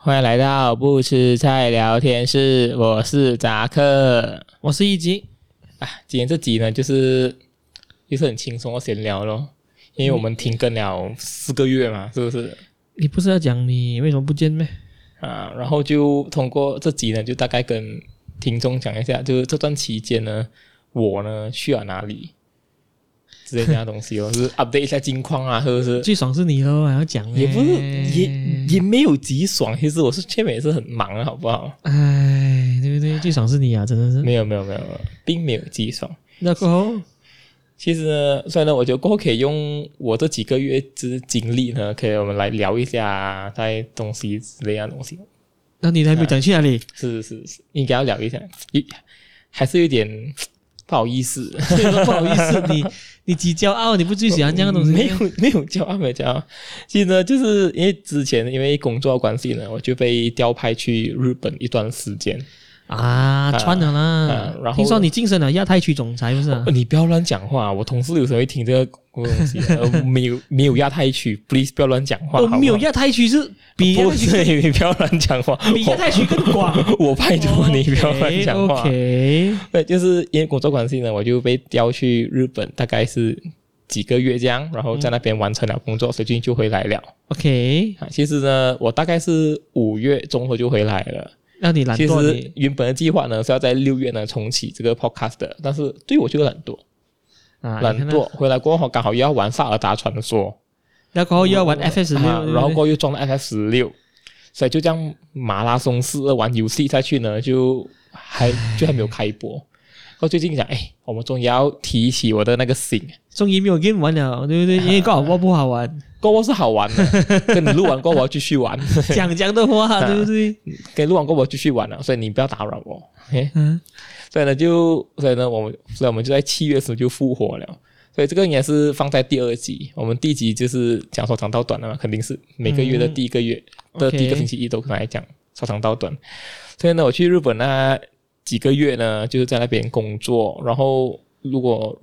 欢迎来到不吃菜聊天室，我是扎克我是一级，啊。今天这集呢，就是就是很轻松的闲聊咯，因为我们停更了四个月嘛，是不是？你不是要讲你为什么不见咩？啊，然后就通过这集呢，就大概跟听众讲一下，就是这段期间呢，我呢去了哪里之类这样的东西 哦，就是 update 一下近况啊，是不是？最爽是你哦，还要讲咩也不是，也也没有极爽。其实我是确实也是很忙啊，好不好？哎，对不对？最爽是你啊，真的是。没有没有没有，没有并没有极爽。那过后，其实呢，所以呢，我觉得过后可以用我这几个月之经历呢，可以我们来聊一下在东西之类的东西。那你还没有讲去哪里？是是是，应该要聊一下，一还是有点不好意思。所以说不好意思，你你极骄傲，你不最喜欢这样的东西。 没有没有骄傲，没有骄傲。其实呢，就是因为之前因为工作关系呢，我就被调派去日本一段时间。啊，穿了啦啊。然后听说你晋升了亚太区总裁，不是啊呃？你不要乱讲话，我同事有时候会听这个东西。 呃没有没有亚太区，please 不要乱讲话。哦，好不好没有亚太区是比亚不太区是 你不要乱讲话，比亚太区更广。 我我拜托你不要乱讲话。哎 OK，对，就是因为工作关系呢，我就被调去日本，大概是几个月这样，然后在那边完成了工作，所以最近就回来了。 OK，啊，其实呢，我大概是五月中后就回来了。那你懒其惰实你原本的计划呢是要在六月呢重启这个 podcast 的，但是对我就懒惰，啊，懒你看啊惰。回来过后刚好又要玩《萨尔达传说那过后又要玩 FS 六，啊对不对然后过后又装了 FF 十六，所以就这样马拉松式的玩游戏下去呢，就还 就还没有开播。然后最近想，哎，我们终于要提起我的那个心，终于没有 game 玩了，对 不对？因为刚好我不好玩，过后是好玩的，跟你录完过后我要继续玩，讲讲的话，对不对？跟你录完过后我要继续玩了，所以你不要打扰我。哎，嗯，所以呢，就所以呢，我们所以我们就在七月的时候就复活了。所以这个应该是放在第二集，我们第一集就是讲说长到短的嘛，肯定是每个月的第一个月嗯的 OK 第一个星期一都可能来讲说长到短。所以呢，我去日本那几个月呢，就是在那边工作。然后如果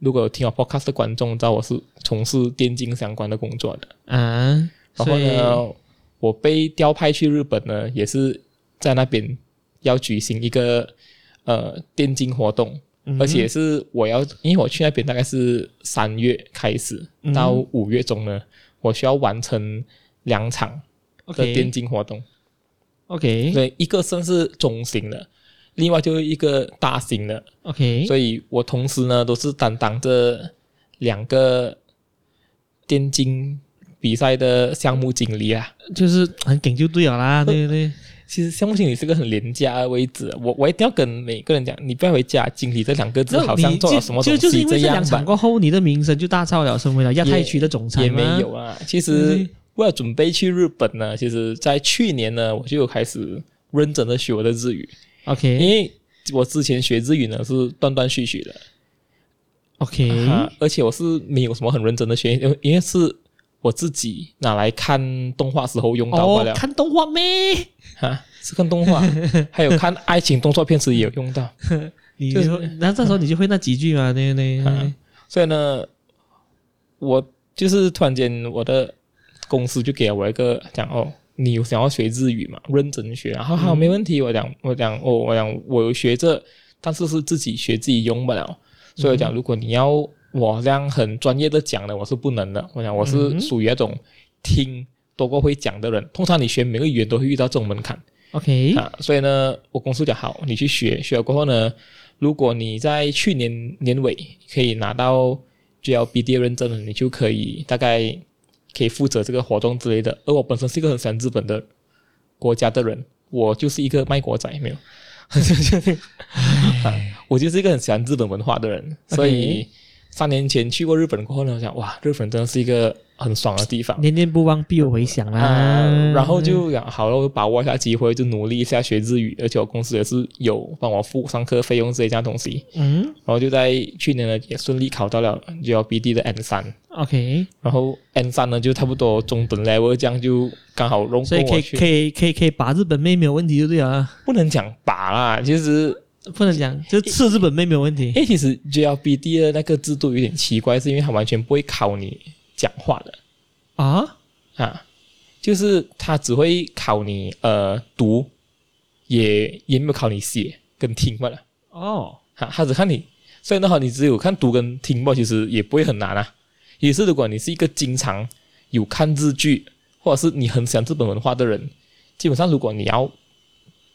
如果有听我 podcast 的观众知道我是从事电竞相关的工作的，啊，然后所以呢，我被调派去日本呢，也是在那边要举行一个呃电竞活动，嗯而且是我要，因为我去那边大概是三月开始嗯到五月中呢，我需要完成两场的 OK 电竞活动， OK 所以一个算是中型的，另外就是一个大型的， OK，所以我同时呢都是担当着两个电竞比赛的项目经理啊。就是很梗就对了啦，对不对？其实项目经理是个很廉价的位置，我我一定要跟每个人讲，你不要回家，经 理这两个字好像你做了什么就东就是西因这为这样两场吧？过后，你的名声就大噪了，成为了亚太区的总裁也嘛没有啊。其对实为了准备去日本嗯呢，其实在去年呢，我就有开始认真的学我的日语，因 OK 为我之前学日语呢是断断续续的， OK，啊，而且我是没有什么很认真的学，因为因为是我自己拿来看动画时候用到罢哦了，看动画咩？啊，是看 动画，还有看爱情动作片时也有用到。你就是就那这时候你就会那几句嘛，对不对？啊所以呢，我就是突然间我的公司就给了我一个讲哦，你有想要学日语嘛？认真学，然后好没问题。我讲我讲哦，我讲我有学这，但是是自己学自己用不了。所以我讲，如果你要我这样很专业的讲的，我是不能的。我讲我是属于那种听多过会讲的人。通常你学每个语言都会遇到这种门槛。 OK 啊，所以呢，我公司讲好，你去学，学了过后呢，如果你在去年年尾可以拿到 GLBD 认证了，你就可以大概可以负责这个活动之类的。而我本身是一个很喜欢日本的国家的人，我就是一个卖国仔，没有， 啊我就是一个很喜欢日本文化的人，所以三年前去过日本过后呢，我想哇，日本真的是一个很爽的地方。念念不忘必有回响啦啊，，然后就嗯讲好了，我把握一下机会，就努力一下学日语，而且我公司也是有帮我付上课费用之类这样东西，嗯然后就在去年呢也顺利考到了 GLBD 的 N 三， OK，然后 N 三呢就差不多中等 level，这样就刚好容所以跟可我以去，可以可以可以把日本妹没有问题就对了啊。不能讲拔啦，其实不能讲，就是吃日本妹没有问题因为其实 GLBD 的那个制度有点奇怪，是因为它完全不会考你讲话的啊，啊，就是他只会考你呃读，也也没有考你写跟听罢了。哦，他他只看你，所以的话，你只有看读跟听吧，其实也不会很难啊。也是如果你是一个经常有看日剧，或者是你很喜欢日本文化的人，基本上如果你要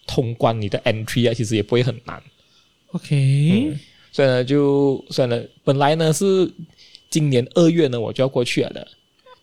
通关你的 entry 啊，其实也不会很难。 OK，所以呢，就所以呢，本来呢是今年二月呢我就要过去了的，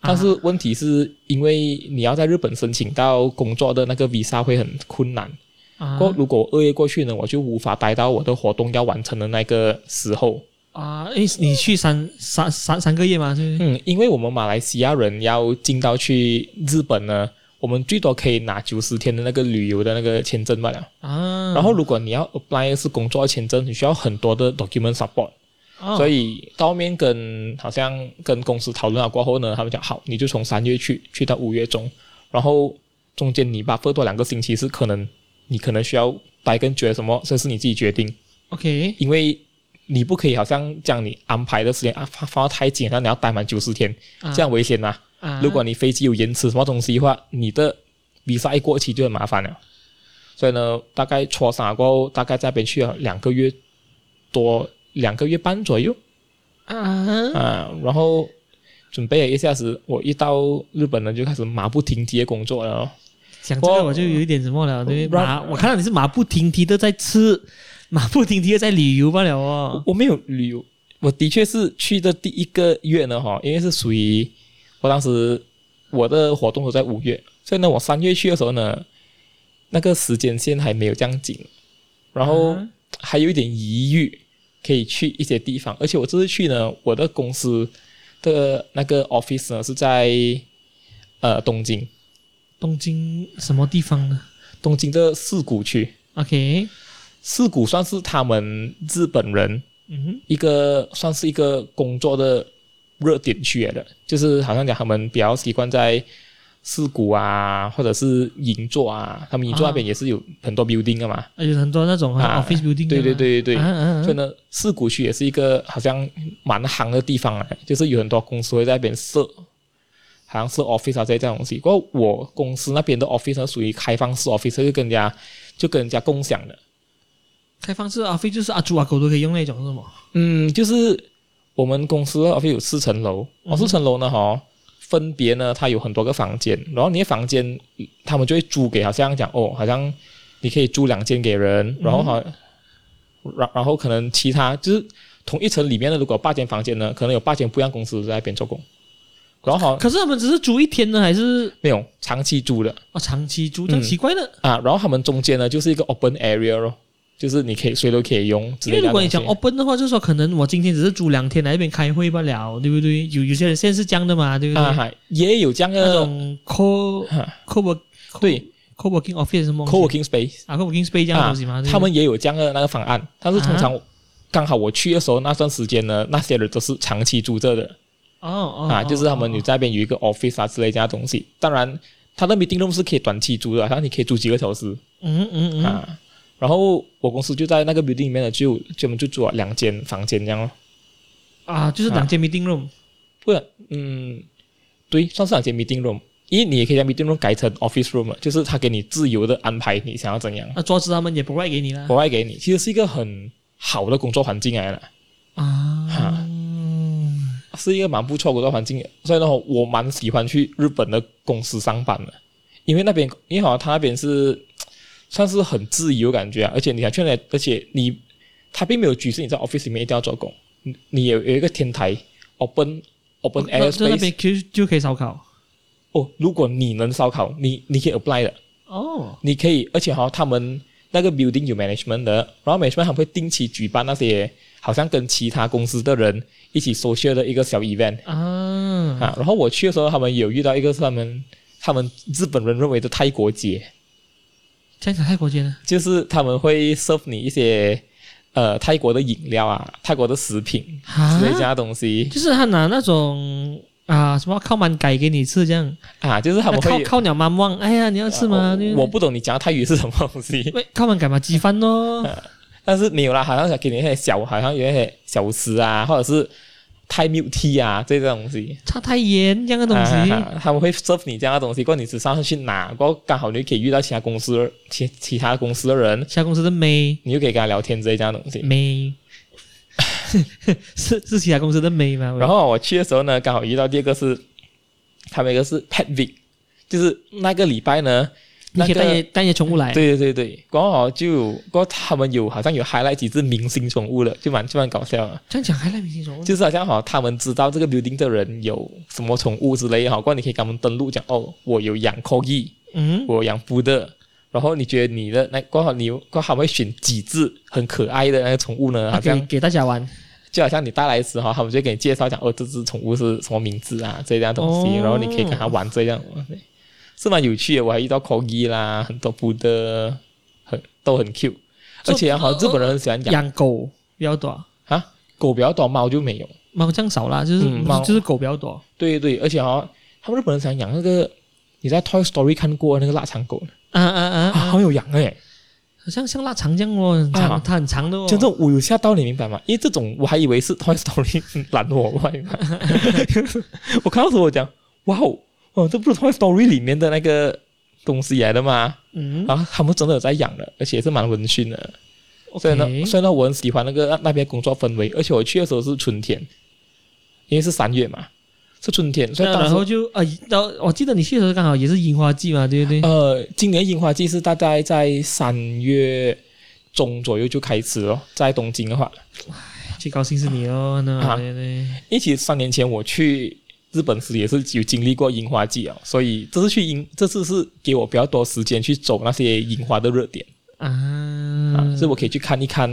但是问题是因为你要在日本申请到工作的那个 visa 会很困难，啊不过如果我二月过去呢，我就无法待到我的活动要完成的那个时候。啊！诶，你去三三三三个月吗？是不是？嗯，因为我们马来西亚人要进到去日本呢，我们最多可以拿九十天的那个旅游的那个签证罢了。啊，然后如果你要 apply 的是工作签证，你需要很多的 document support，、哦所以到后面跟好像跟公司讨论了过后呢，他们讲好，你就从三月去去到五月中，然后中间你 buffer 多两个星期是可能你可能需要待更久的什么，这是你自己决定。 OK 因为你不可以好像将你安排的时间啊放放到太紧，然后你要待满九十天，啊这样危险呐、啊，如果你飞机有延迟什么东西的话，你的 visa 一过期就很麻烦了。所以呢，大概磋商过后，大概在那边去了两个月多，两个月半左右啊啊，然后准备了一下子，我一到日本呢就开始马不停蹄的工作了哦。讲这个我就有一点什么了，对不对？让马，我看到你是马不停蹄的在吃，马不停蹄的在旅游罢了哦。我没有旅游，我的确是去的第一个月呢，哈，因为是属于我当时我的活动都在五月，所以呢，我三月去的时候呢，那个时间线还没有这样紧，然后啊还有一点疑虑，可以去一些地方，而且我这次去呢，我的公司的那个 office 呢是在呃东京，东京什么地方呢东京的四谷区， ？OK，四谷算是他们日本人嗯哼，一个算是一个工作的热点区来的，就是好像讲他们比较习惯在四谷啊，或者是银座啊，他们银座那边也是有很多 building 的嘛。而且很多那种啊啊 office building，对对对对对，啊啊啊所以呢，四谷区也是一个好像蛮行的地方啊，就是有很多公司会在那边设，好像设 office 啊这些这样东西。不过我公司那边的 office 呢，属于开放式 office，就跟人家就跟人家共享的。开放式 office 就是阿猪阿狗都可以用那种是吗？嗯，就是我们公司的 office 有四层楼，嗯哦，四层楼呢，哈、分别呢，它有很多个房间，然后你的房间，他们就会租给，好像讲哦，好像你可以租两间给人，嗯然后好，然、然后可能其他就是同一层里面的，如果有八间房间呢，可能有八间不一样公司在那边做工，然后好可是他们只是租一天呢，还是没有长期租的哦长期租？这样嗯奇怪的，啊，然后他们中间呢就是一个 open area 咯，就是你可以谁都可以用之因类的东为西。如果你讲 open 的话，就是说可能我今天只是租两天来这边开会罢了，对不对？有有些人现在是这样的嘛，对不对？啊哈，也有这样那的，种 co 啊 co work 对 co working office 什么东西 co-working space。啊 co working space 这样的东西嘛？对不对他们也有这样的那个方案，但是通啊常刚好我去的时候那段时间呢，那些人都是长期住这的哦哦啊，哦就是他们有哦在那边有一个 office 啊之类这样的东西。当然，他的 meeting room 是可以短期租的，然后你可以租几个小时嗯嗯嗯啊。然后我公司就在那个 building 里面呢，就专门就租了两间房间这样咯。啊，就是两间 meeting room 不然，嗯，对，算是两间 meeting room，因为你也可以将 meeting room 改成 office room，了就是他给你自由的安排你想要怎样，啊，桌子他们也不外给你了国外给你，其实是一个很好的工作环境来了。啊哈。是一个蛮不错的工作环境的，所以呢，我蛮喜欢去日本的公司上班的，因为那边，因为好像他那边是算是很自由的感觉啊，而且你想去那里，而且你他并没有局限你在 office 里面一定要做工，你你有有一个天台 open open 哦那 air 在那 space 边就就可以烧烤哦，如果你能烧烤，你你可以 apply 的，哦你可以，而且哈、他们那个 building 有 management 的，然后 management 还会定期举办那些好像跟其他公司的人一起 social 的一个小 event。啊啊，然后我去的时候，他们有遇到一个是他们他们日本人认为的泰国节，这样讲泰国街呢？就是他们会 serve 你一些呃泰国的饮料啊、泰国的食品啊之类这样的东西就是他拿那种啊什么靠满改给你吃这样，啊，就是他们靠会啊靠鸟蛮旺，哎呀你要吃吗？对我我不懂你讲的泰语是什么东西， 喂靠满改嘛鸡饭咯，但是没有啦，好像给你一些小，好像有一些小吃啊，或者是太 mute 啊，这这东西。差太严这样的东西，啊他们会 serve 你这样的东西，过后你只上去拿，过后刚好你可以遇到其他公司、其其他公司的人，其他公司的妹你就可以跟他聊天之类这样的东西。 妹，是是其他公司的妹吗？然后我去的时候呢，刚好遇到第二个是，他们一个是 Pet Week，就是那个礼拜呢，你可以那带个你带你的宠物来，对对对对，刚好就有过后他们有好像有 highlight 几只明星宠物了，就蛮就蛮搞笑的。这样讲还来明星宠物，就是好像好，他们知道这个 building 的人有什么宠物之类哈，过后你可以给他们登录讲哦，我有养 corgi，嗯，我养布的，然后你觉得你的那刚好你刚好会选几只很可爱的那个宠物呢？他好可以像啊给大家玩，就好像你带来时哈，他们就给你介绍讲哦，这只宠物是什么名字啊，这样东西，哦然后你可以跟它玩这样的东西，是蛮有趣的。我还遇到 corgi 啦，很多布的，很都很 cute，这而且好像日本人很喜欢养养狗比较多，啊，狗比较多，猫就没有。猫这样少啦，就是嗯猫就是狗比较多，对对，而且好像他们日本人喜欢养那个，你在 Toy Story 看过的那个腊肠狗，啊啊啊啊，啊，好有养哎、欸。好像像腊肠这样哦，很啊长，它很长的哦，就这种我有吓到你明白吗？因为这种我还以为是 Toy Story 拦我，我还以为 我看到时候我讲，哇哦，哦，这不是 Toy Story 里面的那个东西来的吗？嗯然后他们真的有在养的，而且是蛮温馨的。所以，OK，呢，所以呢，我很喜欢那个那那边工作氛围，而且我去的时候是春天，因为是三月嘛，是春天，所以那当然时后就啊，然后我记得你去的时候刚好也是樱花季嘛，对不对？呃，今年樱花季是大概在三月中左右就开始了，在东京的话，最高兴是你哦，那啊对对，因为其实三年前我去日本时也是有经历过樱花季啊，所以这次去樱，这次是给我比较多时间去走那些樱花的热点啊，啊，所以我可以去看一看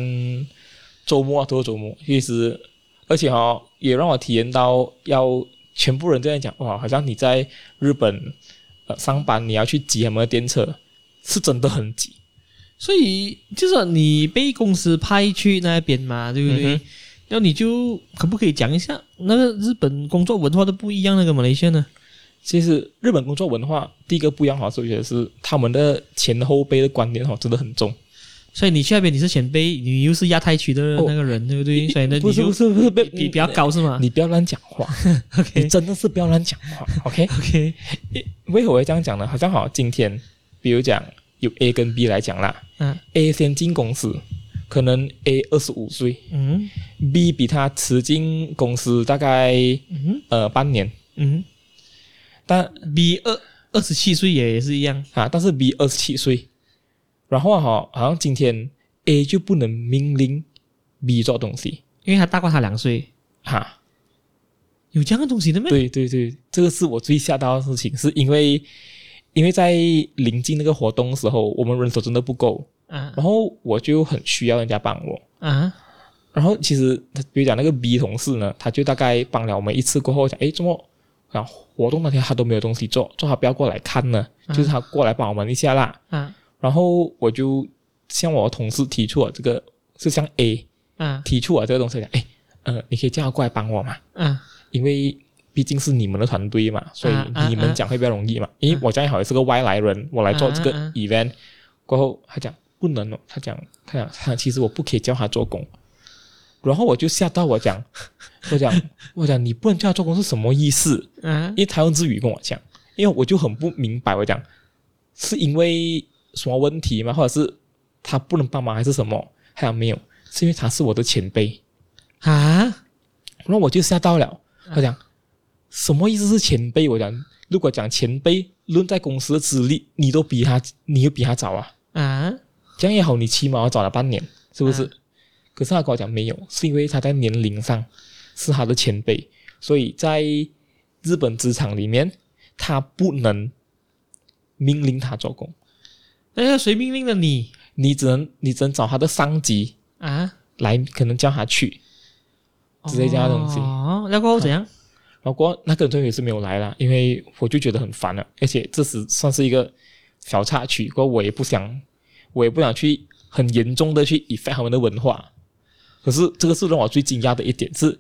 周末啊，多周末，其实而且哦，也让我体验到要全部人这样讲哇，好像你在日本呃上班，你要去挤他们的电车，是真的很挤，所以就是你被公司派去那边嘛，对不对？嗯哼那你就可不可以讲一下那个日本工作文化都不一样，那个马来西亚呢？其实日本工作文化第一个不一样哈，所以我觉得是他们的前后辈的观念哈，真的很重。所以你去那边你是前辈，你又是亚太区的那个人，对不对？所以呢，哦不你是就不是不是被比比较高是吗你不要乱讲话，你啊 ？OK 真的是不要乱讲话。OK， OK，为何我会这样讲呢？好像好，今天比如讲有 A 跟 B 来讲啦嗯，A 先进公司，可能 A 二十五岁嗯，B 比他迟进公司大概嗯呃半年，嗯但，B 二二十七岁也也是一样，啊，但是 B 二十七岁，然后哈、好像今天 A 就不能命令 B 做东西因为他大过他两岁，哈、有这样的东西的 咩？对对对，这个是我最吓到的事情，是因为因为在临近那个活动的时候，我们人手真的不够，啊然后我就很需要人家帮我。啊然后其实他比如讲那个 B 同事呢，他就大概帮了我们一次过后，讲诶，怎么然后活动那天他都没有东西做，做他不要过来看呢，就是他过来帮我们一下啦。啊然后我就向我的同事提出了这个，就像 A 啊提出了这个东西，讲诶，呃，你可以叫他过来帮我嘛。啊！因为毕竟是你们的团队嘛，所以啊啊啊你们讲会比较容易嘛。因为我讲好也是个外来人，我来做这个啊啊啊 event，、过后他讲不能哦，他讲他讲他其实我不可以叫他做工，然后我就吓到我讲 我讲我讲你不能叫他做工是什么意思？啊因为他用日语跟我讲，因为我就很不明白，我讲是因为什么问题吗？或者是他不能帮忙还是什么？他讲没有，是因为他是我的前辈。啊！然后我就吓到了，嗯我讲、什么意思是前辈？我讲如果讲前辈，论在公司的资历，你都比他，你又比他早啊，啊这样也好，你起码要早了半年，是不是？嗯可是他跟我讲没有，是因为他在年龄上是他的前辈，所以在日本职场里面，他不能命令他做工，那要谁命令的你你只能你只能找他的上级啊？来，可能叫他去。之类这样的东西哦，那过后怎样？然后过后那个人终于是没有来啦，因为我就觉得很烦了，而且这时算是一个小插曲，过后我也不想，我也不想去很严重的去 affect 他们的文化。可是这个是让我最惊讶的一点是，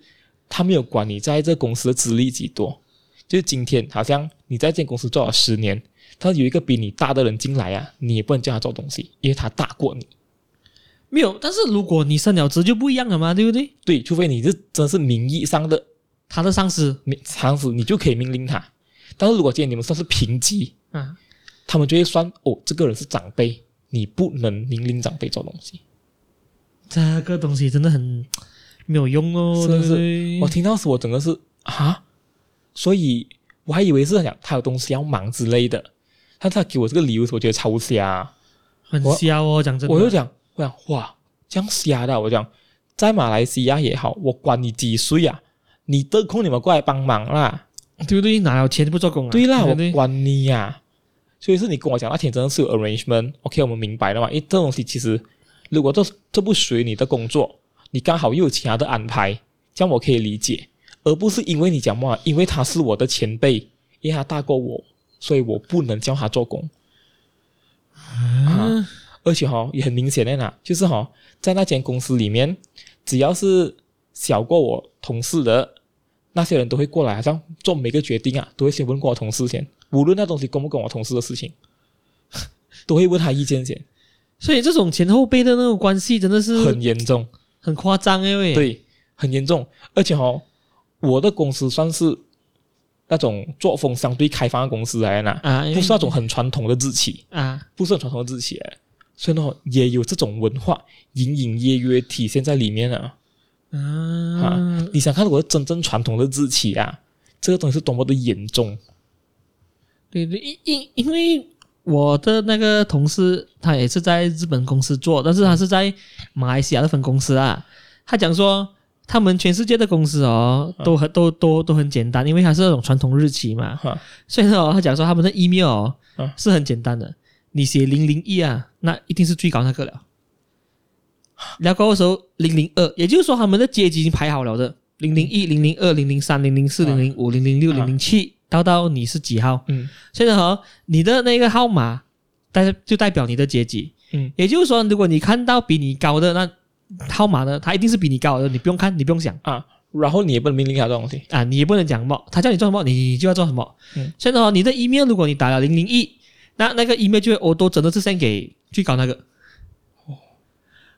他没有管你在这公司的资历几多，就是今天好像你在这间公司做了十年，但是有一个比你大的人进来啊，你也不能叫他做东西，因为他大过你。没有，但是如果你升了职就不一样了嘛，对不对？对，除非你是真是名义上的他的上司你上司你就可以命令他。但是如果今天你们算是平级，啊，他们就会算哦，这个人是长辈，你不能命令长辈做东西。这个东西真的很没有用哦，是对不是对？我听到时我整个是啊，所以我还以为是讲他有东西要忙之类的，但是他给我这个理由，我觉得超瞎。很我瞎哦，讲真的，我就讲，我讲哇，这样瞎的啊，我讲在马来西亚也好，我管你几岁啊，你得空你们过来帮忙啦，对不对？哪有钱不做工啊？对啦，对我不对管你呀、所以是你跟我讲那天真的是有 arrangement，OK，、我们明白了嘛？因为这东西其实如果这这不属于你的工作，你刚好又有其他的安排，这样我可以理解，而不是因为你讲嘛，因为他是我的前辈，因为他大过我，所以我不能叫他做工。啊，而且哈、也很明显的啦，就是哈、在那间公司里面，只要是小过我同事的那些人都会过来，好像做每个决定啊，都会先问过我同事先，无论那东西跟不跟我同事的事情，都会问他意见先，所以这种前后辈的那种关系真的是很严重，很夸张哎喂，对，很严重。而且哈、我的公司算是那种作风相对开放的公司来的啦，啊，因为不是那种很传统的日企，啊，不是很传统的字写，所以呢也有这种文化隐隐约约体现在里面了。啊，你想看我的真正传统的字体啊，这个东西是多么的严重。对对，因因因为我的那个同事他也是在日本公司做，但是他是在马来西亚的分公司啊。他讲说，他们全世界的公司哦，都很都都都很简单，因为它是那种传统日期嘛，啊哈，所以呢、哦，他讲说他们的 email 哦、嗯是很简单的，你写零零一啊，那一定是最高那个了。聊高的时候零零二，也就是说他们的阶级已经排好了的，零零一、零零二、零零三、零零四、零零五、零零六、零零七，到到你是几号？嗯所以呢、哦，你的那个号码代就代表你的阶级。嗯，也就是说，如果你看到比你高的那号码呢，他一定是比你高的，你不用看，你不用想啊，然后你也不能命令他这种东西。啊，你也不能讲什么，他叫你做什么，你就要做什么。嗯所以呢、哦，你的 email 如果你打了零零一，那那个 email 就会我都真的是 send 给最高那个。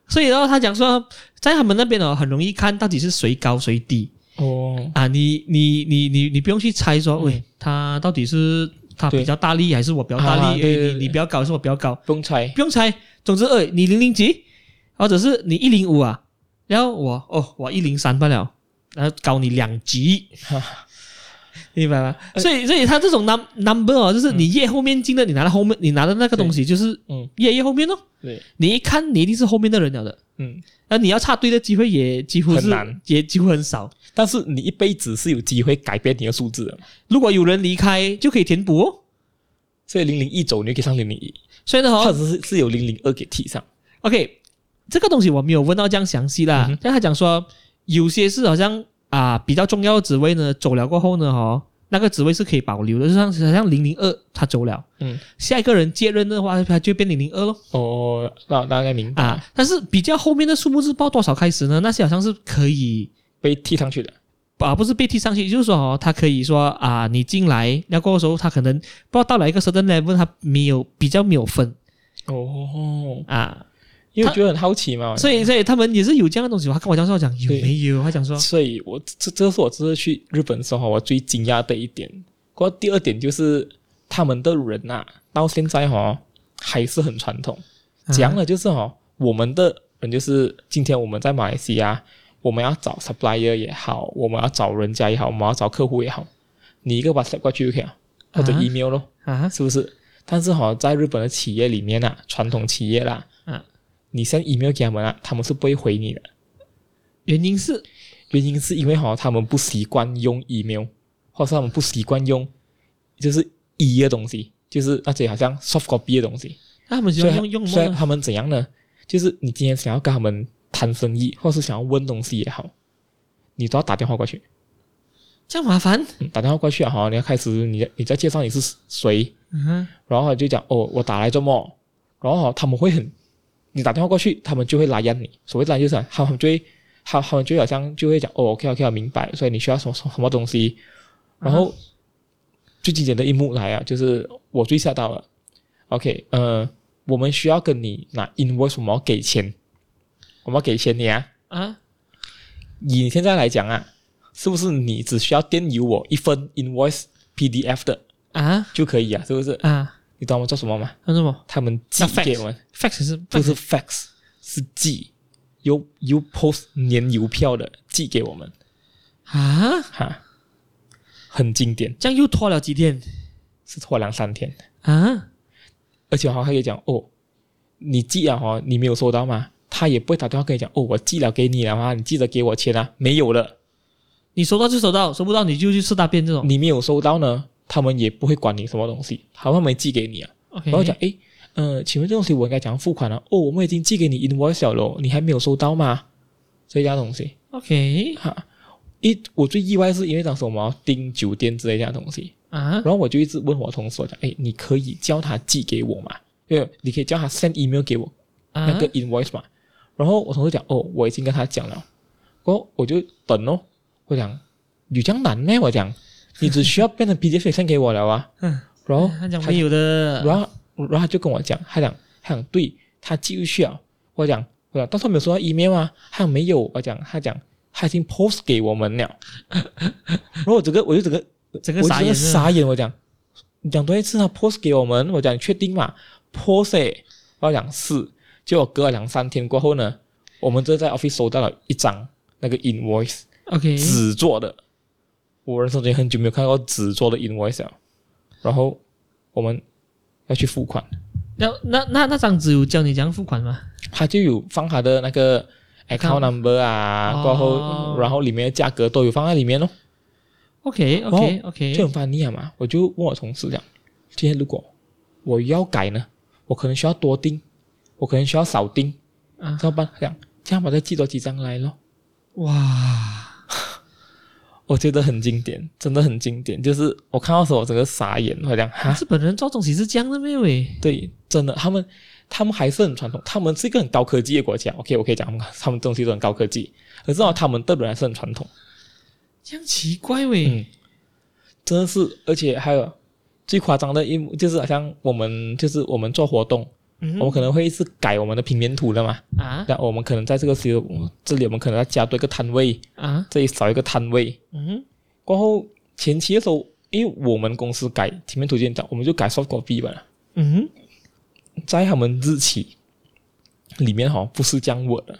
所以呢、他讲说，在他们那边哦，很容易看到底是谁高谁低哦，啊。你你你你你不用去猜说，嗯喂，他到底是他对比较大力还是我比较大力？啊对哎对对你你比较高还是我比较高？不用猜。不用猜。总之，哎，你零零几，或者是你一零五啊，然后我哦，我一零三不了，然后高你两 级，明白吗？哎所以，所以他这种 num number 哦，就是你越后面进的，你拿到后面，你拿的那个东西就是嗯，越越后面哦。对，你一看，你一定是后面的人了的。嗯。那你要插队的机会也几乎很是难，也几乎很少。但是你一辈子是有机会改变你的数字的嘛，如果有人离开，就可以填补哦。所以零零一走你就可以上零零一，所以呢，哦或者是是有零零二给替上。 OK，这个东西我没有问到这样详细啦嗯哼。但他讲说，有些是好像啊、比较重要的职位呢，走了过后呢，哦，那个职位是可以保留的，就像好像零零二他走了，嗯，下一个人接任的话，他就变零零二咯哦，那大概明白啊。但是比较后面的数目是报多少开始呢？那些好像是可以被替上去的。啊，不是被踢上去，也就是说哦，他可以说啊，你进来那过的时候，他可能不知道到了一个 certain level，他没有比较没有分哦，啊，因为我觉得很好奇嘛，所以所以他们也是有这样的东西。他跟我讲说，我讲有对没有？他讲说所以我这这是我这次去日本的时候我最惊讶的一点。过后第二点就是他们的人呐、到现在哈、哦、还是很传统。嗯讲了就是哦，我们的人就是今天我们在马来西亚，我们要找 supplier 也好，我们要找人家也好，我们要找客户也好，你一个 WhatsApp 过去就可以了，或者啊 email 咯，啊，是不是？但是哈、在日本的企业里面呐、传统企业啦，啊，你 send email 给他们啊，他们是不会回你的。原因是原因是因为哈，他们不习惯用 email，或是他们不习惯用就是 e 的东西，就是而且好像 soft copy 的东西。啊他们喜所以欢他用用所以梦他们怎样呢？就是你今天想要跟他们谈生意，或是想要问东西也好，你都要打电话过去。这样麻烦。嗯打电话过去啊，哈，你要开始你你再介绍你是谁，嗯，然后就讲哦，我打来做么？然后他们会很，你打电话过去，他们就会拉压你。所谓拉就是讲他们就会，他他们就好像就会讲哦，OK OK，我明白，所以你需要什么什么什么东西。然后、最经典的一幕来啊，就是我最吓到了。OK，呃，我们需要跟你拿 invoice，我们要给钱，我们要给钱你啊。啊，以你现在来讲啊，是不是你只需要电邮我一份 invoice PDF 的啊就可以啊？是不是？啊，你懂我做什么吗？那什么他们寄那 fax 给我们， fax 是不是 fax，是寄邮邮 post 粘邮票的寄给我们，啊？哈，很经典，这样又拖了几天是拖两三天，啊？而且还可以讲哦，你寄了哦，你没有收到吗？他也不会打电话跟你讲哦，我寄了给你了吗？你记得给我钱啊，没有了，你收到就收到，收不到你就去吃大便这种。你没有收到呢，他们也不会管你什么东西，他们没寄给你啊。 OK，然后讲，诶，呃，请问这东西我应该怎样付款呢、哦，我们已经寄给你 invoice 了咯，你还没有收到吗？这家东西 OK 哈，一我最意外是因为当时我们要订酒店之类这样东西，啊然后我就一直问我同事我讲，诶，你可以叫他寄给我嘛？因为你可以叫他 send email 给我啊那个 invoice 嘛。然后我同事讲，哦，我已经跟他讲了，然后我就等哦，我讲有这样难咩？我讲你只需要变成 PDF send 给我了啊。 嗯然后他讲他没有的，然后然后他就跟我讲，他讲他讲对他寄出去啊，我讲我讲，但是没有收到 email 啊，他讲没有，我讲他讲他已经 post 给我们 了，然后我整个我就整个整我就个傻整眼个了，傻眼，我讲你讲多一次他 post 给我们，我讲你确定嘛？post 欸我讲是，结果隔了两三天过后呢，我们就在 office 收到了一张那个 invoice OK，纸做的，我人生中也很久没有看到纸做的 invoice 了，然后我们要去付款。那那那那张纸有教你怎样付款吗？他就有放他的那个 account number 啊，哦过后然后里面的价格都有放在里面哦， OK OK OK，就很方便嘛。我就问我同事讲，今天如果我要改呢，我可能需要多订，我可能需要少订，啊怎么办？他讲这样吧，再寄多几张来咯。哇，我觉得很经典，真的很经典。就是我看到的时候，我整个傻眼，我讲哈，日本人做东西是这样的没有诶？对，真的，他们他们还是很传统，他们是一个很高科技的国家。OK，我可以讲他们他们东西都很高科技，可是哦，他们日本人还是很传统。这样奇怪喂，嗯，真的是，而且还有最夸张的一幕就是，好像我们就是我们做活动，嗯我们可能会是改我们的平面图的嘛。啊那我们可能在这个时候，这里我们可能要加多一个摊位，啊这里少一个摊位。嗯过后前期的时候，因为我们公司改平面图建档，我们就改 soft copy 吧。嗯，在他们日期里面好像不是这样稳的，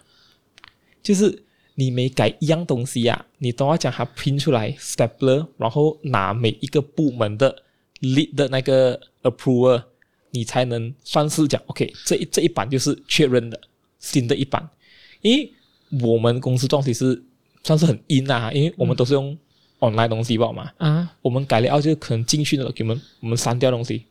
就是你每改一样东西呀、啊你都要将它拼出来 stapler，然后拿每一个部门的 lead 的那个 approval，你才能算是讲 OK，这一这一版就是确认的新的一版。因为我们公司东西是算是很阴啊，因为我们都是用 online 东西吧嘛，啊我们改了以后就可能进去的 document 我们删掉东西，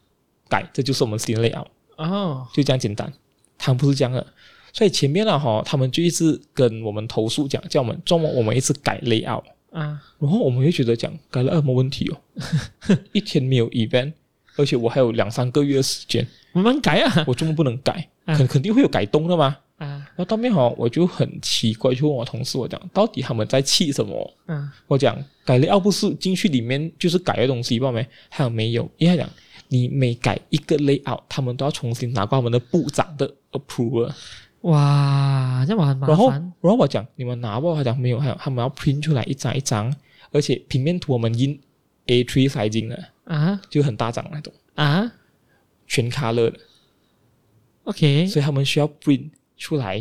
改这就是我们新的 layout。哦就这样简单。他们不是这样的，所以前面了哈，他们就一直跟我们投诉讲，叫我们周末我们一直改 layout，啊然后我们会觉得讲改了有没问题哦， 一天没有 event，而且我还有两三个月的时间，慢慢改啊我周末不能改，啊肯肯定会有改动的嘛。啊然后当面哈，我就很奇怪，就问我同事我讲，到底他们在气什么？啊我讲改 layout 不是进去里面就是改的东西罢没？他讲没有，因为他讲你每改一个 layout，他们都要重新拿过他们的部长的 approval。哇，这样很麻然后，烦然后我讲你们拿吧，他讲没有，还有他们要 print 出来一张一张，而且平面图我们印 A3 sizing 的，啊就很大张那种，啊全 color 的， OK 所以他们需要 print 出来，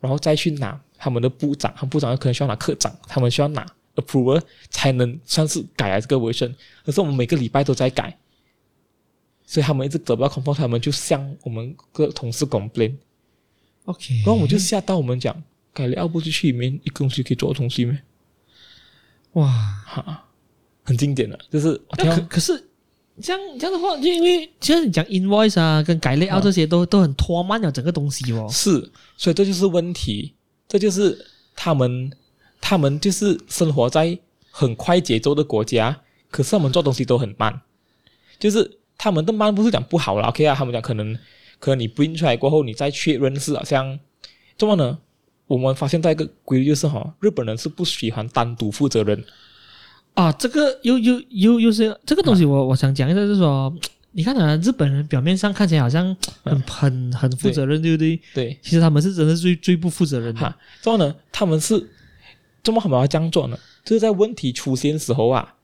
然后再去拿他们的部长，他们部长可能需要拿科长，他们需要拿 approval 才能算是改了这个 version。可是我们每个礼拜都在改，所以他们一直得不到 confirm，他们就向我们各同事 complain， OK，然后我们就吓到，我们讲改了，要不就去里面一个东西可以做的东西吗？哇，哈，很经典的，就是我听那可到可是这样这样的话，就因为其实你讲 invoice 啊，跟改 layout 这些都、都很拖慢了整个东西哦。是，所以这就是问题，这就是他们，他们就是生活在很快节奏的国家，可是他们做东西都很慢，就是他们的慢不是讲不好了，OK 啊，他们讲可能可能你 print 出来过后，你再确认是好像怎么呢？我们发现到一个规律就是哈，日本人是不喜欢单独负责任，啊，这个又又又又是这个东西我，我、想讲一下，就是说，你看啊，日本人表面上看起来好像很、很很负责任，对不对？对，嗯其实他们是真的最最不负责任的。哈，之后呢，他们是怎么好要这样做呢？就是在问题出现时候啊，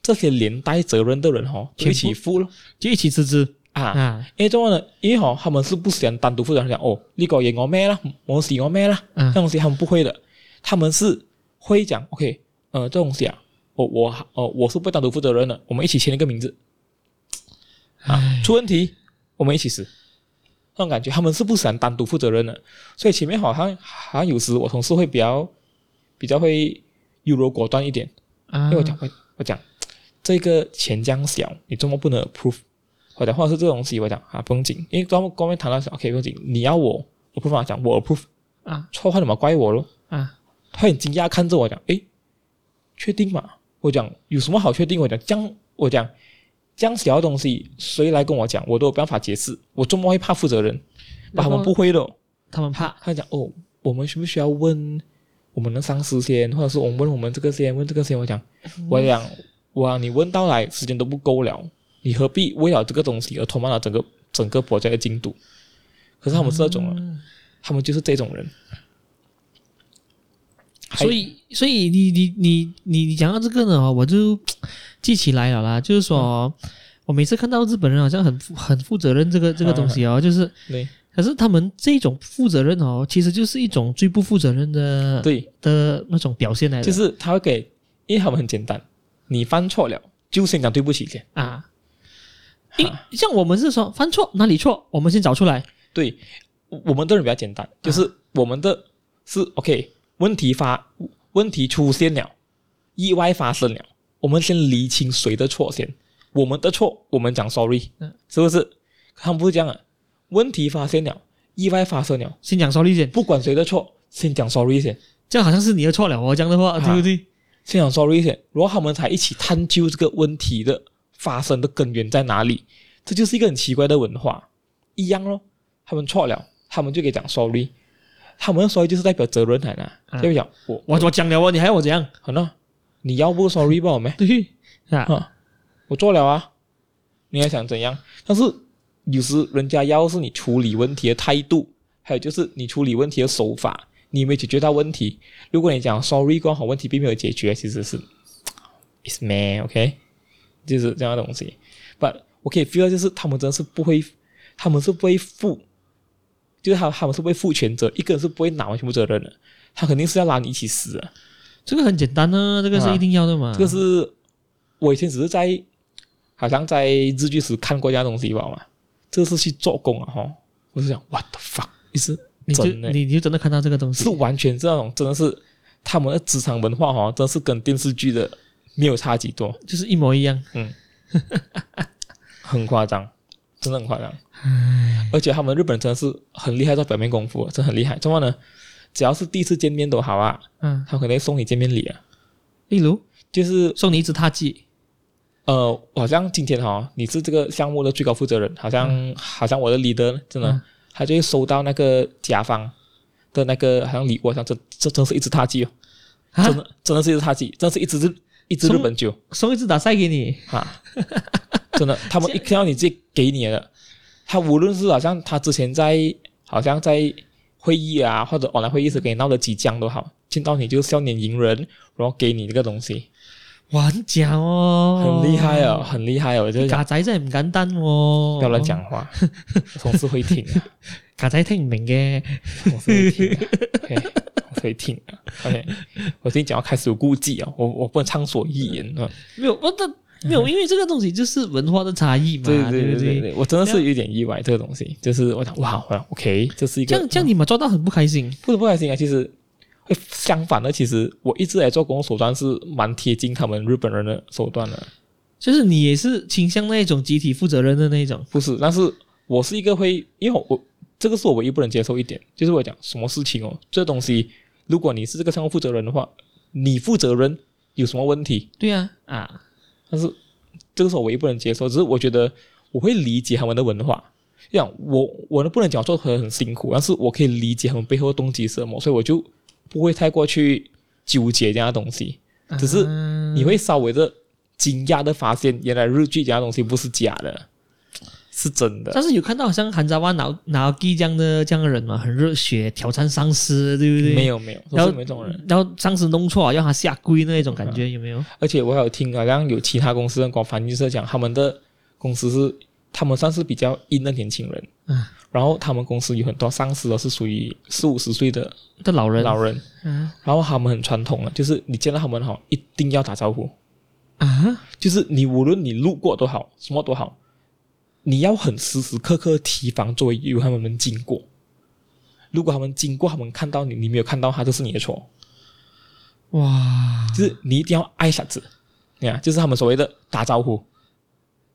这些连带责任的人哦，就一起全负了就一起辞职啊。啊，因为怎么呢？因为吼，他们是不喜欢单独负责，他讲哦，你搞嘢我咩啦，我死我咩啦，嗯这种东西他们不会的，他们是会讲 OK，呃，这种东西啊，我我呃我是不会单独负责任的，我们一起签一个名字啊，出问题我们一起死，那种感觉他们是不喜欢单独负责任的，所以前面好像好像有时我同事会比较比较会优柔果断一点，啊因为我讲，我我讲这个钱这样小，你怎么不能 approve？我讲或者是这种东西，我讲啊不用紧，因为刚刚刚才谈到是 OK 不用紧，你要我我不法讲我 approve 啊错话你们怪我咯。啊他很惊讶看着我讲，诶，确定吗？我讲有什么好确定？我讲这样，我讲这样小的东西，谁来跟我讲，我都有办法解释，我怎么会怕负责任？然他后们不会的哦。他们怕他讲哦，我们需不需要问我们的上司先，或者是我们问我们这个先，问这个先？我讲，嗯我讲，哇，你问到来时间都不够了，你何必为了这个东西而拖慢了整个整个国家的进度？可是他们是那种人，他们就是这种人。还嗯所以，所以你你你你你讲到这个呢哦，我就记起来了啦。就是说哦，我每次看到日本人好像很负很负责任这个这个东西啊哦，就是对可是他们这种负责任哦，其实就是一种最不负责任的对，的那种表现来的。就是他会给，因为他们很简单，你犯错了就先讲对不起先。啊，因像我们是说犯错哪里错，我们先找出来对，我我们的人比较简单，就是我们的是 OK，问题发问题出现了，意外发生了，我们先厘清谁的错先，我们的错我们讲 sorry，嗯是不是？他们不是这样啊，问题发现了，意外发生了，先讲 sorry 先，不管谁的错，先讲 sorry 先，这样好像是你的错了哦，这样的话、啊对不对？先讲 sorry 先，然后他们才一起探究这个问题的发生的根源在哪里，这就是一个很奇怪的文化，一样咯。他们错了，他们就可以讲 sorry，他们的 sorry 就是代表责任来的，啊代表讲我我我讲了哦，你还要我怎样？好了，你要不 sorry 吧我们对啊，啊，我做了啊，你还想怎样？但是有时人家要是你处理问题的态度，还有就是你处理问题的手法，你有没有解决到问题？如果你讲 sorry 刚好问题并没有解决，其实是 is man OK，就是这样的东西。But 我可以 feel 到就是他们真的是不会，他们是不会负，就是他他们是不会负全责，一个人是不会拿完全部责任的，他肯定是要拉你一起死的。这个很简单呢、这个是啊一定要的嘛。这个是我以前只是在好像在日剧时看过一样东西吧嘛，这是去做工啊哈，我就想 what the fuck，意思你就真的你就真的看到这个东西是完全这种真的是他们的职场文化哈，真的是跟电视剧的没有差几多，就是一模一样。很夸张，真的很夸张。而且他们日本人真的是很厉害，在表面功夫，真的很厉害。怎么呢？只要是第一次见面都好啊，嗯，他可能会送你见面礼啊，例如就是送你一只踏迹，呃，我好像今天哈、你是这个项目的最高负责人，好像、好像我的 leader 真的，嗯他就会收到那个甲方的那个好像礼物，好像这这真是一只踏迹哦，啊真的真的是一只踏迹，真的是一只日一只日从本酒送一只打塞给你，啊，真的，他们一看到你自己给你的，他无论是好像他之前在好像在会议啊或者 online 会议时给你闹得几僵都好，见到你就笑脸迎人，然后给你这个东西，哇，很假哦，很厉害哦，，很厉害哦，就是嘎仔真係唔簡單喎，不要乱，讲 话，同事会听啊，嘎仔聽唔明嘅，同事会听 啊，OK，同事会听啊，OK。我最近讲要开始有顾忌啊，我我不能畅所欲言啊。沒有，我的沒有，因為這個東西就是文化的差異嘛，對不对，啊我真的是有点意外，这个东西就是我想哇，我想 OK，这是一這樣个這樣你咪做到很不開心，不是不开心啊，其实。会相反的，其实我一直来做工作手段是蛮贴近他们日本人的手段的，就是你也是傾向那一種集體負責任的那一種，不是？但是我是一个会，因为我我这个是我唯一不能接受一点，就是我讲什么事情哦，这东西如果你是这个项目负责人的话，你负责人有什么问题？對啊，啊，但是这个是我唯一不能接受，只是我觉得我会理解他们的文化。这样，我我呢不能讲做很很辛苦，但是我可以理解他们背后的动机是什么，所以我就不会太过去纠结这样的东西。只是啊你会稍微的惊讶的发现，原来日剧这样的东西不是假的，是真的。但是有看到好像韩扎万拿拿 G 这样的这样的人嘛，很热血，挑战上司，对不对？没有没有，都然是后没这种人。然后上司弄错，要他下跪那一种感嗯觉有没有？而且我还有听，好像有其他公司的广反映是讲，他们的公司是他们算是比较硬的年轻人，嗯，然后他们公司有很多上司都是属于四五十岁的这老 人，老人，啊嗯然后他们很传统的，就是你见到他们好，一定要打招呼，啊，就是你无论你路过都好，什么都好，你要很时时刻刻提防作为有他们经过。如果他们经过，他们看到你，你没有看到他，这是你的错。哇，就是你一定要挨下子，你看，就是他们所谓的打招呼，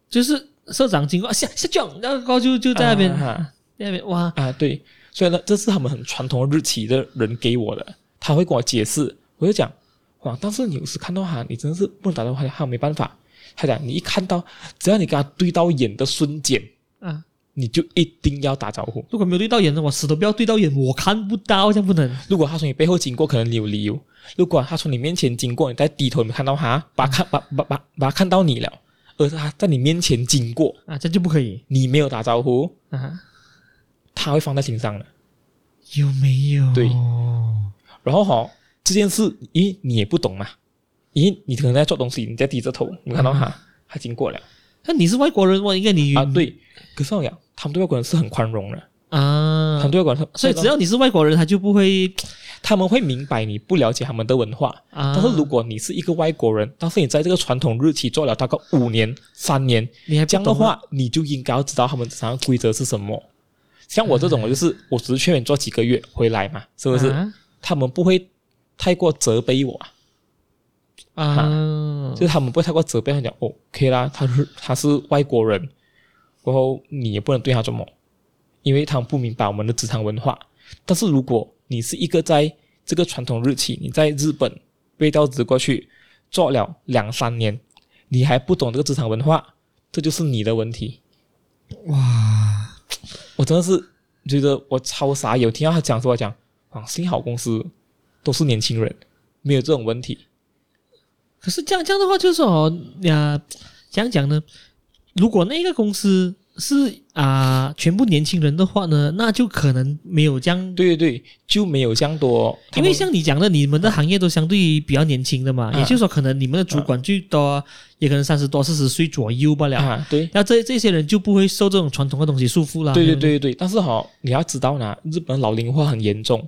就是社长经过啊下下降，然后就就在那边、啊在那边哇，啊对，所以呢，这是他们很传统的日期的人给我的，他会跟我解释，我就讲哇，但是你有时看到他，你真的是不能打招呼，他没办法。他讲你一看到，只要你跟他对到眼的瞬间，啊，你就一定要打招呼。如果没有对到眼的，我死都不要对到眼，我看不到，这样不能。如果他从你背后经过，可能你有理由；如果他从你面前经过，你再低头，你没看到他，把他看把把把把他看到你了，而是他在你面前经过，啊，这就不可以你没有打招呼，啊？他会放在心上的。有没有？对然后哈、这件事，因为你也不懂嘛，因为你可能在做东西，你在低着头，你没看到嗯他，他经过了那你是外国人，我应该你啊，对。可是我讲，他们对外国人是很宽容的，他啊们，对外国人，所以只要你是外国人，他就不会他们会明白你不了解他们的文化，啊。但是如果你是一个外国人，但是你在这个传统日期做了大概五年、三年，你还不这样的懂啊，话，你就应该要知道他们职场规则是什么。像我这嗯种，我就是我只是劝你做几个月回来嘛，是不是？啊他们不会太过责备我啊，啊就是他们不会太过责备，他讲哦，可以啦，他是他是外国人，然后你也不能对他怎么，因为他们不明白我们的职场文化。但是如果你是一个在这个传统日期，你在日本被调职过去做了两三年，你还不懂这个职场文化，这就是你的问题。哇，我真的是觉得我超傻眼，有听到他讲说，我讲啊，幸好公司都是年轻人，没有这种问题。可是这样这样的话，就是哦，呀、怎样讲呢？如果那个公司是啊、全部年轻人的话呢，那就可能没有这样。对对对，就没有这样多。他因们为像你讲的，你们的行业都相对于比较年轻的嘛，啊也就是说，可能你们的主管最多也可能三十多、四十岁左右罢了。啊，对，那这这些人就不会受这种传统的东西束缚啦。对对不，对对，但是哈、你要知道呢，日本老龄化很严重，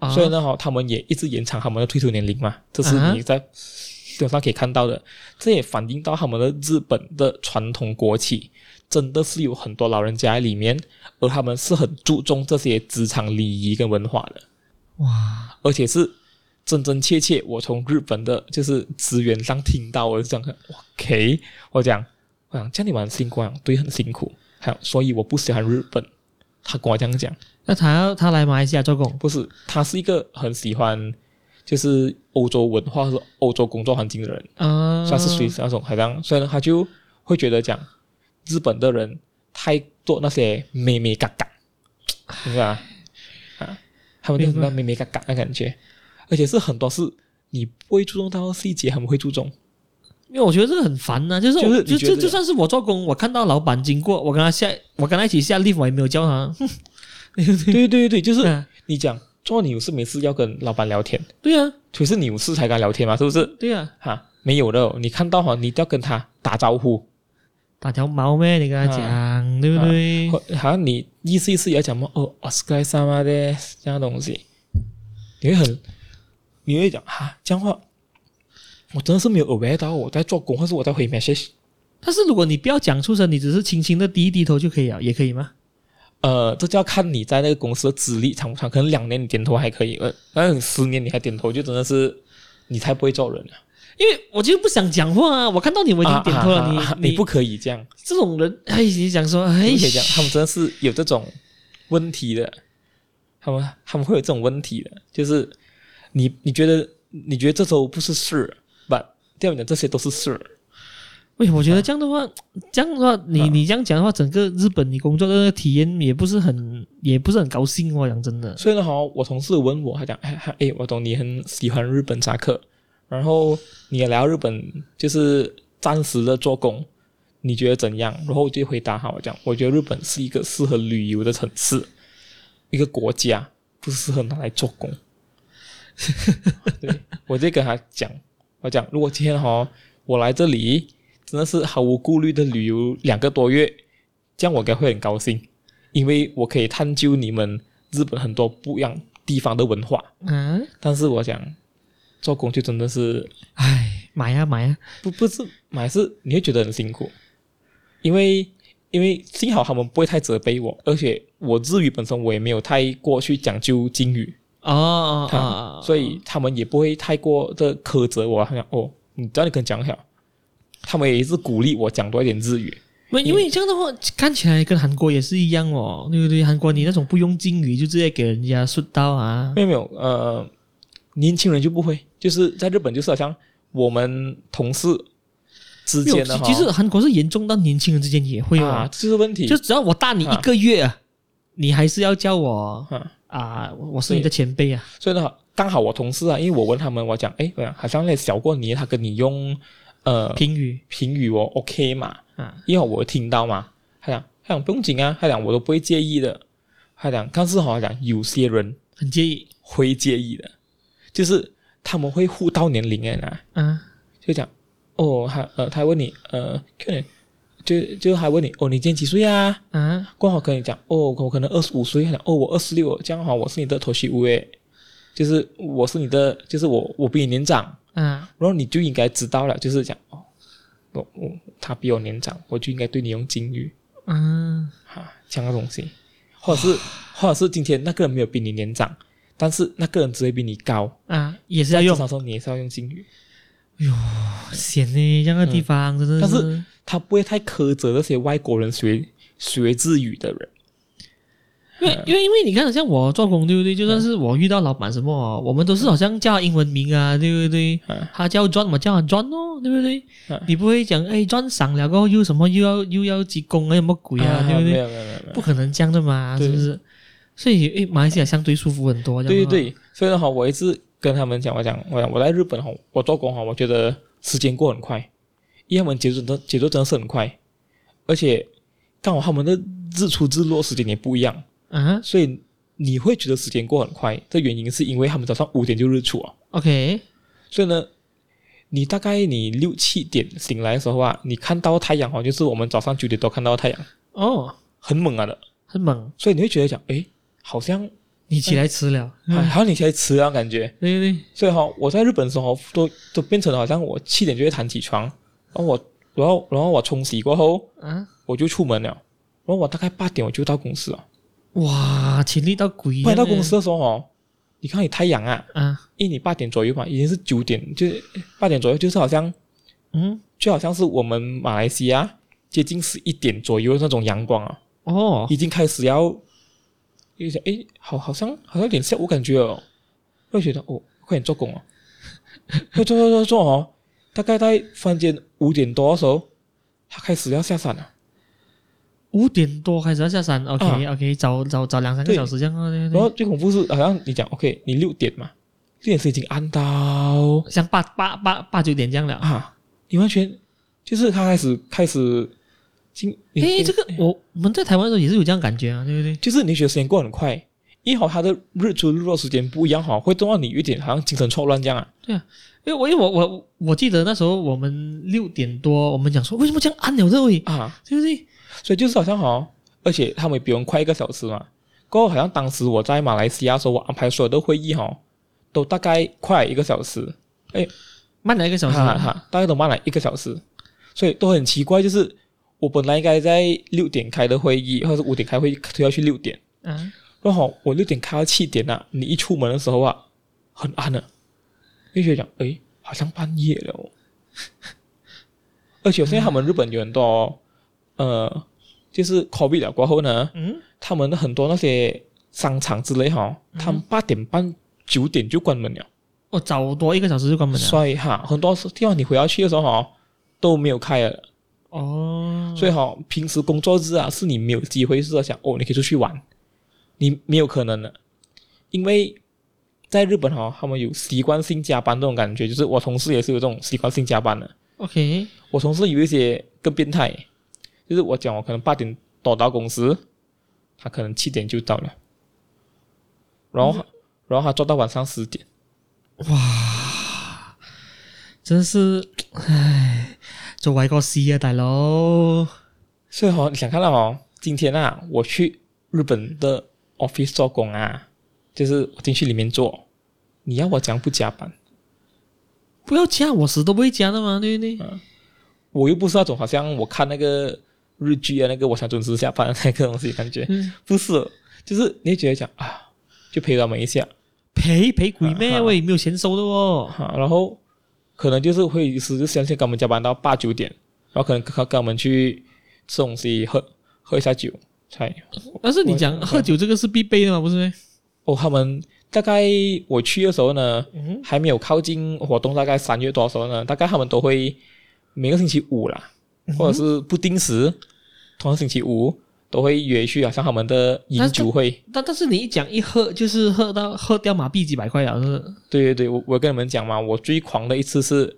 啊、所以呢哈、他们也一直延长他们的退休年龄嘛，这是啊你在基本上可以看到的。这也反映到他们的日本的传统国企真的是有很多老人家在里面，而他们是很注重这些职场礼仪跟文化的。哇，而且是真真切切，我从日本的就是职员上听到，我就讲，OK，我讲，我讲，这样你们很辛苦啊，对，很辛苦，还有，所以我不喜欢日本。他跟我这样讲，那他要他来马来西亚做工不是，他是一个很喜欢就是欧洲文化和欧洲工作环境的人，啊，算是属于那种好像，所以呢，他就会觉得讲日本的人太做那些美美嘎嘎，明白吗？啊，他们就明白那美美嘎嘎的感觉，而且是很多是你不会注重到细节，他们会注重。因为我觉得这个很烦呐、就是我就是你就觉得就就算是我做工，我看到老板经过，我跟他下，我跟他一起下 lift，我也没有 叫他，哼对对对，就是啊你讲做你有事没事要跟老板聊天，对啊，可是你有事才跟他聊天嘛，是不是？对啊，哈、没有的哦，你看到哈，你一定要跟他打招呼，打条毛咩？你跟他讲，啊对不对？或好像你意思意思也要讲嘛，哦，Oscar 萨马的这样的东西，你会很，你会讲哈，这样话，我真的是没有 aware 到我在做工，或是我在回 message，但是如果你不要讲出声，你只是轻轻的低一低头就可以了，也可以吗？呃，这就要看你在那个公司的资历长不长，可能两年你点头还可以，呃，但是你十年你还点头，就真的是你才不会做人了，因为我就不想讲话啊，我看到你我已经点头了，啊啊啊啊你你不可以这样，这种人，哎，你想说，哎你，不可以这样，他们真的是有这种问题的，他们他们会有这种问题的，就是你你觉得你觉得这周不是事，不，第二点这些都是事，喂，我觉得这样的话，这样的话，你啊你这样讲的话，整个日本你工作的体验也不是很，也不是很高兴哦，讲真的。所以呢，好，我同事问我，他讲，哎哎，哎我懂你很喜欢日本扎克，然后你也来到日本，就是暂时的做工，你觉得怎样？然后我就回答他，我讲，我觉得日本是一个适合旅游的城市，一个国家，不适合拿来做工。 对，我就跟他讲，我讲，如果今天哈我来这里，真的是毫无顾虑的旅游两个多月，这样我应该会很高兴，因为我可以探究你们日本很多不一样地方的文化。嗯，但是我想，做工就真的是唉，买呀、买啊呀、不不是买是你会觉得很辛苦，因为因为幸好他们不会太责备我，而且我日语本身我也没有太过去讲究敬语，哦哦他啊哦，所以他们也不会太过的苛责我，好像哦，你知道你跟讲好，他们也是鼓励我讲多一点日语，不，因为这样的话看起来跟韩国也是一样哦，对不对？韩国你那种不用敬语就直接给人家顺道啊，没有没有，呃，年轻人就不会，就是在日本就是好像我们同事之没有间的哈其其实韩国是严重到年轻人之间也会啊，啊，这是问题，就只要我大你一个月，啊、你还是要叫我啊。啊，我我是你的前辈啊，所以呢，刚好我同事啊，因为我问他们，我讲，哎，我讲好像那小过你，他跟你用呃评语评语哦，OK 嘛，啊，因为我有听到嘛，他讲，他讲不用紧啊，他讲我都不会介意的，他讲，但是好像讲有些人很介意会介意的，就是他们会互到年龄的啊，啊，就讲，哦，他呃，他问你，呃，可能就就还问你，哦，你今年几岁啊？啊，刚好跟你讲，哦，我可能二十五岁，他讲哦，我二十六，这样的话我是你的头绪屋诶，就是我是你的，就是我我比你年长，啊，然后你就应该知道了，就是讲哦，我我他比我年长，我就应该对你用敬语啊，啊，这样的东西，或者是或者是今天那个人没有比你年长，但是那个人只会比你高，啊，也是要至用，少说你也是要用敬语，显呢，这样的地方真的嗯但是他不会太苛责那些外国人学学日语的人，因嗯为因为因为你看，像我做工对不对？就算是我遇到老板什么哦，我们都是好像叫他英文名啊，对不对嗯？他叫 John，我叫他 John 哦，对不对嗯？你不会讲哎，John 赏了过后又什么又要又要几公啊，什么鬼啊，对不没对？有没有没有没有不可能这样的嘛，对是不是？所以哎，马来西亚相对舒服很多，这对样的对对，所以呢哈，我一直跟他们讲，我讲我讲我在日本哈，我做工哈，我觉得时间过很快，因为他们节奏真节奏真的是很快，而且刚好他们的日出日落时间也不一样，话啊所以你会觉得时间过很快。这原因是因为他们早上五点就日出啊， ，OK，所以呢，你大概你六七点醒来的时候啊，你看到太阳哦，就是我们早上九点多看到太阳，哦，很猛啊的，很猛，所以你会觉得讲，诶，好像你起来吃了，好像你起来迟了感觉。对对对，所以哈、我在日本的时候都都变成好像我七点就会弹起床，然后我然后然后我冲洗过后啊，我就出门了，然后我大概八点我就到公司了。哇，潜力到鬼一不样然呢，到公司的时候哦，你看你太阳啊，啊，因为你八点左右嘛，已经是九点，就是八点左右，就是好像嗯，就好像是我们马来西亚接近十一点左右的那种阳光啊，哦，已经开始要，有点诶，好好像好像有点下午感觉哦，会觉得哦，快点做工哦， 要做做做做哦，大概在房间五点多的时候，他开始要下山了，五点多开始啊要下山，OK、OK，早早早两三啊个对小时这样啊，对然对后最恐怖是好像你讲 OK，你六点嘛，六点是已经暗到对，像八八八八九点这样了。啊，你完全就是他开始开始进，你诶，你这个我我们在台湾的时候也是有这样感觉啊，对不对？就是你觉得时间过很快。一好，它的日出日落时间不一样哈，会弄到你有点好像精神错乱这样啊。因为我因为我我我记得那时候我们六点多，我们讲说为什么这样暗了这位，啊，对不对？所以就是好像好，而且他们比我们快一个小时嘛。过后好像当时我在马来西亚的时候，我安排所有的会议哈，都大概快一个小时，慢了一个小时，哈哈，大概都慢了一个小时，所以都很奇怪，就是我本来应该在六点开的会议，或者是五点开会议，推到去六点，啊，然后我六点开到七点啊，你一出门的时候啊，很暗了，就觉得讲，诶，好像半夜了、哦。而且现在他们日本有很多，哦呃，就是 COVID 了过后呢，嗯，他们的很多那些商场之类哈、他们八点半、九点就关门了，我哦早多一个小时就关门了。所以哈，很多地方你回到去的时候哈、都没有开了，哦，所以哈、平时工作日啊，是你没有机会是在想哦，你可以出去玩，你没有可能的，因为在日本哈、他们有习惯性加班这种感觉，就是我同事也是有这种习惯性加班的， OK，我同事有一些更变态，就是我讲我可能八点多到公司，他可能七点就到了，然后、然后他做到晚上十点，真是，唉，做歪個事啊，大佬。所以哦，你想看到哦，今天啊，我去日本的 office 做工啊，就是我进去里面做，你要我讲不加班？不要加，我死都不会加的嘛，对不对？啊我又不是那种好像我看那个日剧啊，那个我想准时下班的那个东西，感觉、嗯不是，就是你会觉得讲啊，就陪他们一下赔赔鬼咩？啊喂，没有钱收的哦。啊，然后可能就是会时就相信跟我们加班到八九点，然后可能跟跟我们去吃东西喝喝一下酒才但是你讲我喝酒这个是必备的嘛，不是咩？哦，他们大概我去的时候呢，嗯还没有靠近活动，大概三月多的时候呢，大概他们都会每个星期五啦，或者是不定时，通常星期五都会约去，好啊像他们的饮酒会。但但是你一讲一喝就是喝到喝掉马币几百块了，是不是？对对对，我我跟你们讲嘛，我最狂的一次是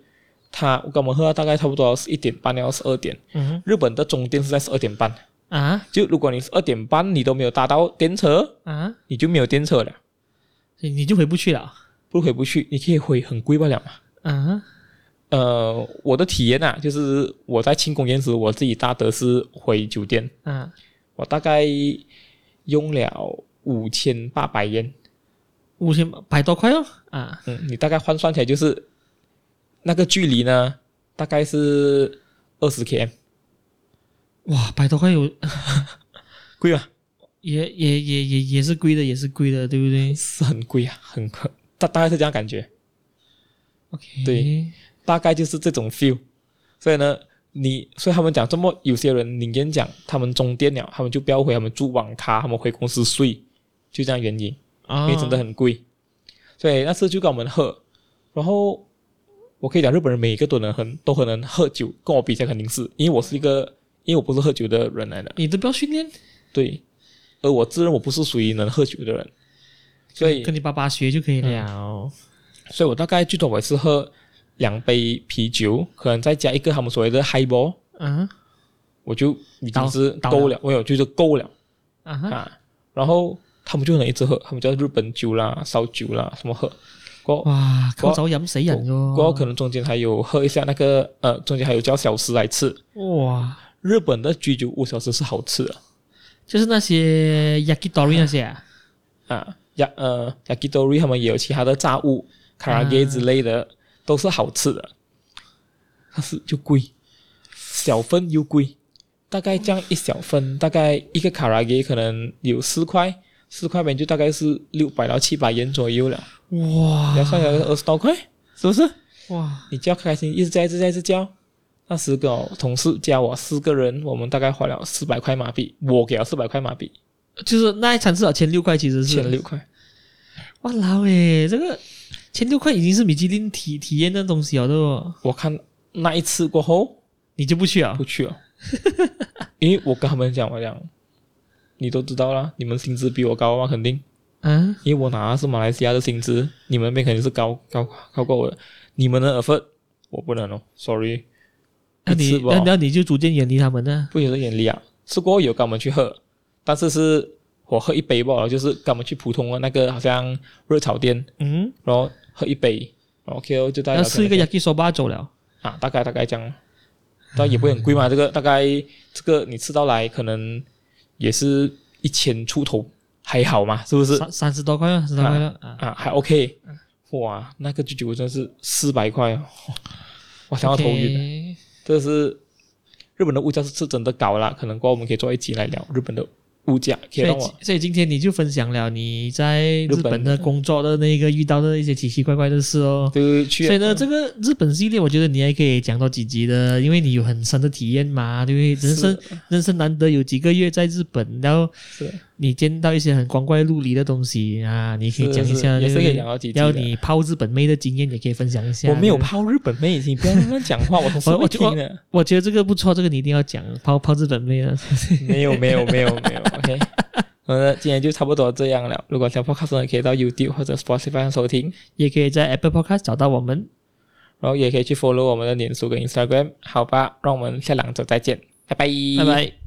他，我跟我们喝到大概差不多是一点半到十二点，嗯日本的终点是在十二点半，啊就如果你十二点半你都没有搭到电车，啊，你就没有电车了，所以你就回不去了不回不去，你可以回很贵罢了嘛。啊。呃，我的体验啊，就是我在庆功宴时，我自己搭的是回酒店，啊，我大概用了五千八百元，五千百多块哦啊，嗯，你大概换算起来就是那个距离呢，大概是二十 km，哇，百多块有贵吗？也也也也也是贵的，也是贵的，对不对是很贵啊，很贵，大大概是这样感觉， ？OK，对，大概就是这种 feel。所以呢，你所以他们讲，这么有些人宁愿讲他们中电了，他们就不要回，他们住网咖，他们回公司睡，就这样原因。啊，因为真的很贵。所以那次就跟我们喝，然后我可以讲日本人每一个都能很都很能喝酒，跟我比起来肯定是，因为我是一个因为我不是喝酒的人来的，你都不要训练，对，而我自认我不是属于能喝酒的人，所以跟你爸爸学就可以了。所以我大概最多我也是喝两杯啤酒，可能再加一个他们所谓的 high ball，嗯我就已经是倒倒了够了，我有就是够了啊哈啊。然后他们就能一直喝，他们叫日本酒啦、烧酒啦什么喝，过后哇，靠酒飲死哦人不过噶，可能中间还有喝一下那个呃，中间还有叫小吃来吃。哇，日本的居酒屋小吃是好吃的就是那些 yakitori 那些啊，啊，呀呃，yakitori 他们也有其他的炸物、卡拉 a 之类的，都是好吃的。但是就贵，小份又贵，大概这样一小份，大概一个卡拉 a 可能有四块，四块钱就大概是六百到七百元左右了，哇要算下来二十多块，是不是？哇，你叫开开心，一直叫，一直叫，一直叫。那时跟我同事加我四个人，我们大概花了四百块马币，我给了四百块马币，就是那一餐至少千六块，其实是千六，块。哇老诶，这个千六块已经是米其林体体验的东西了的哦，我看那一次过后你就不去啊不？去了，因为我跟他们讲，我讲你都知道啦，你们薪资比我高嘛，肯定，啊，因为我拿的是马来西亚的薪资，你们那边肯定是高高高过我的，你们的 effort 我不能哦，sorry，那一你次吧那那你就逐渐远离他们呢？不觉得眼力啊，是过后有跟我们去喝，但是是我喝一杯吧，然后就是跟我们去普通的那个好像热炒店，嗯，然后喝一杯，然后 KO 就大概要吃一个聊天 yakisoba 走了，啊，大概大概这样，但也不会很贵 嘛，这个大概这个你吃到来可能也是一千出头，还好嘛，是不是三三十多块了，三十多块了啊，啊？还 OK，哇，那个居酒屋真是四百块哦， 我想要头啊晕， OK 这是。日本的物价是是真的高啦，可能过后我们可以做一集来聊日本的物价，可以所让以我，所以今天你就分享了你在日日本本的工作的那个遇到的一些奇奇怪怪的事哦。对去所以呢，这个日本系列，我觉得你还可以讲到几集的，因为你有很深的体验嘛，对不对？人生人生难得有几个月在日本，然后是你见到一些很光怪陆离的东西啊，你可以是讲一下，是也是对不对可以讲到几集的然后你泡日本妹的经验也可以分享一下。我没有对不对，泡日本妹，你不要乱讲话，我同事我会我听的。我觉得这个不错，这个你一定要讲泡泡日本妹的。没有没有没有 没有，OK。好的，今天就差不多这样了。如果想 podcast 的，可以到 YouTube 或者 Spotify 上收听，也可以在 Apple Podcast 找到我们。然后也可以去 follow 我们的脸书跟 Instagram。好吧，让我们下两周再见，拜拜，拜拜。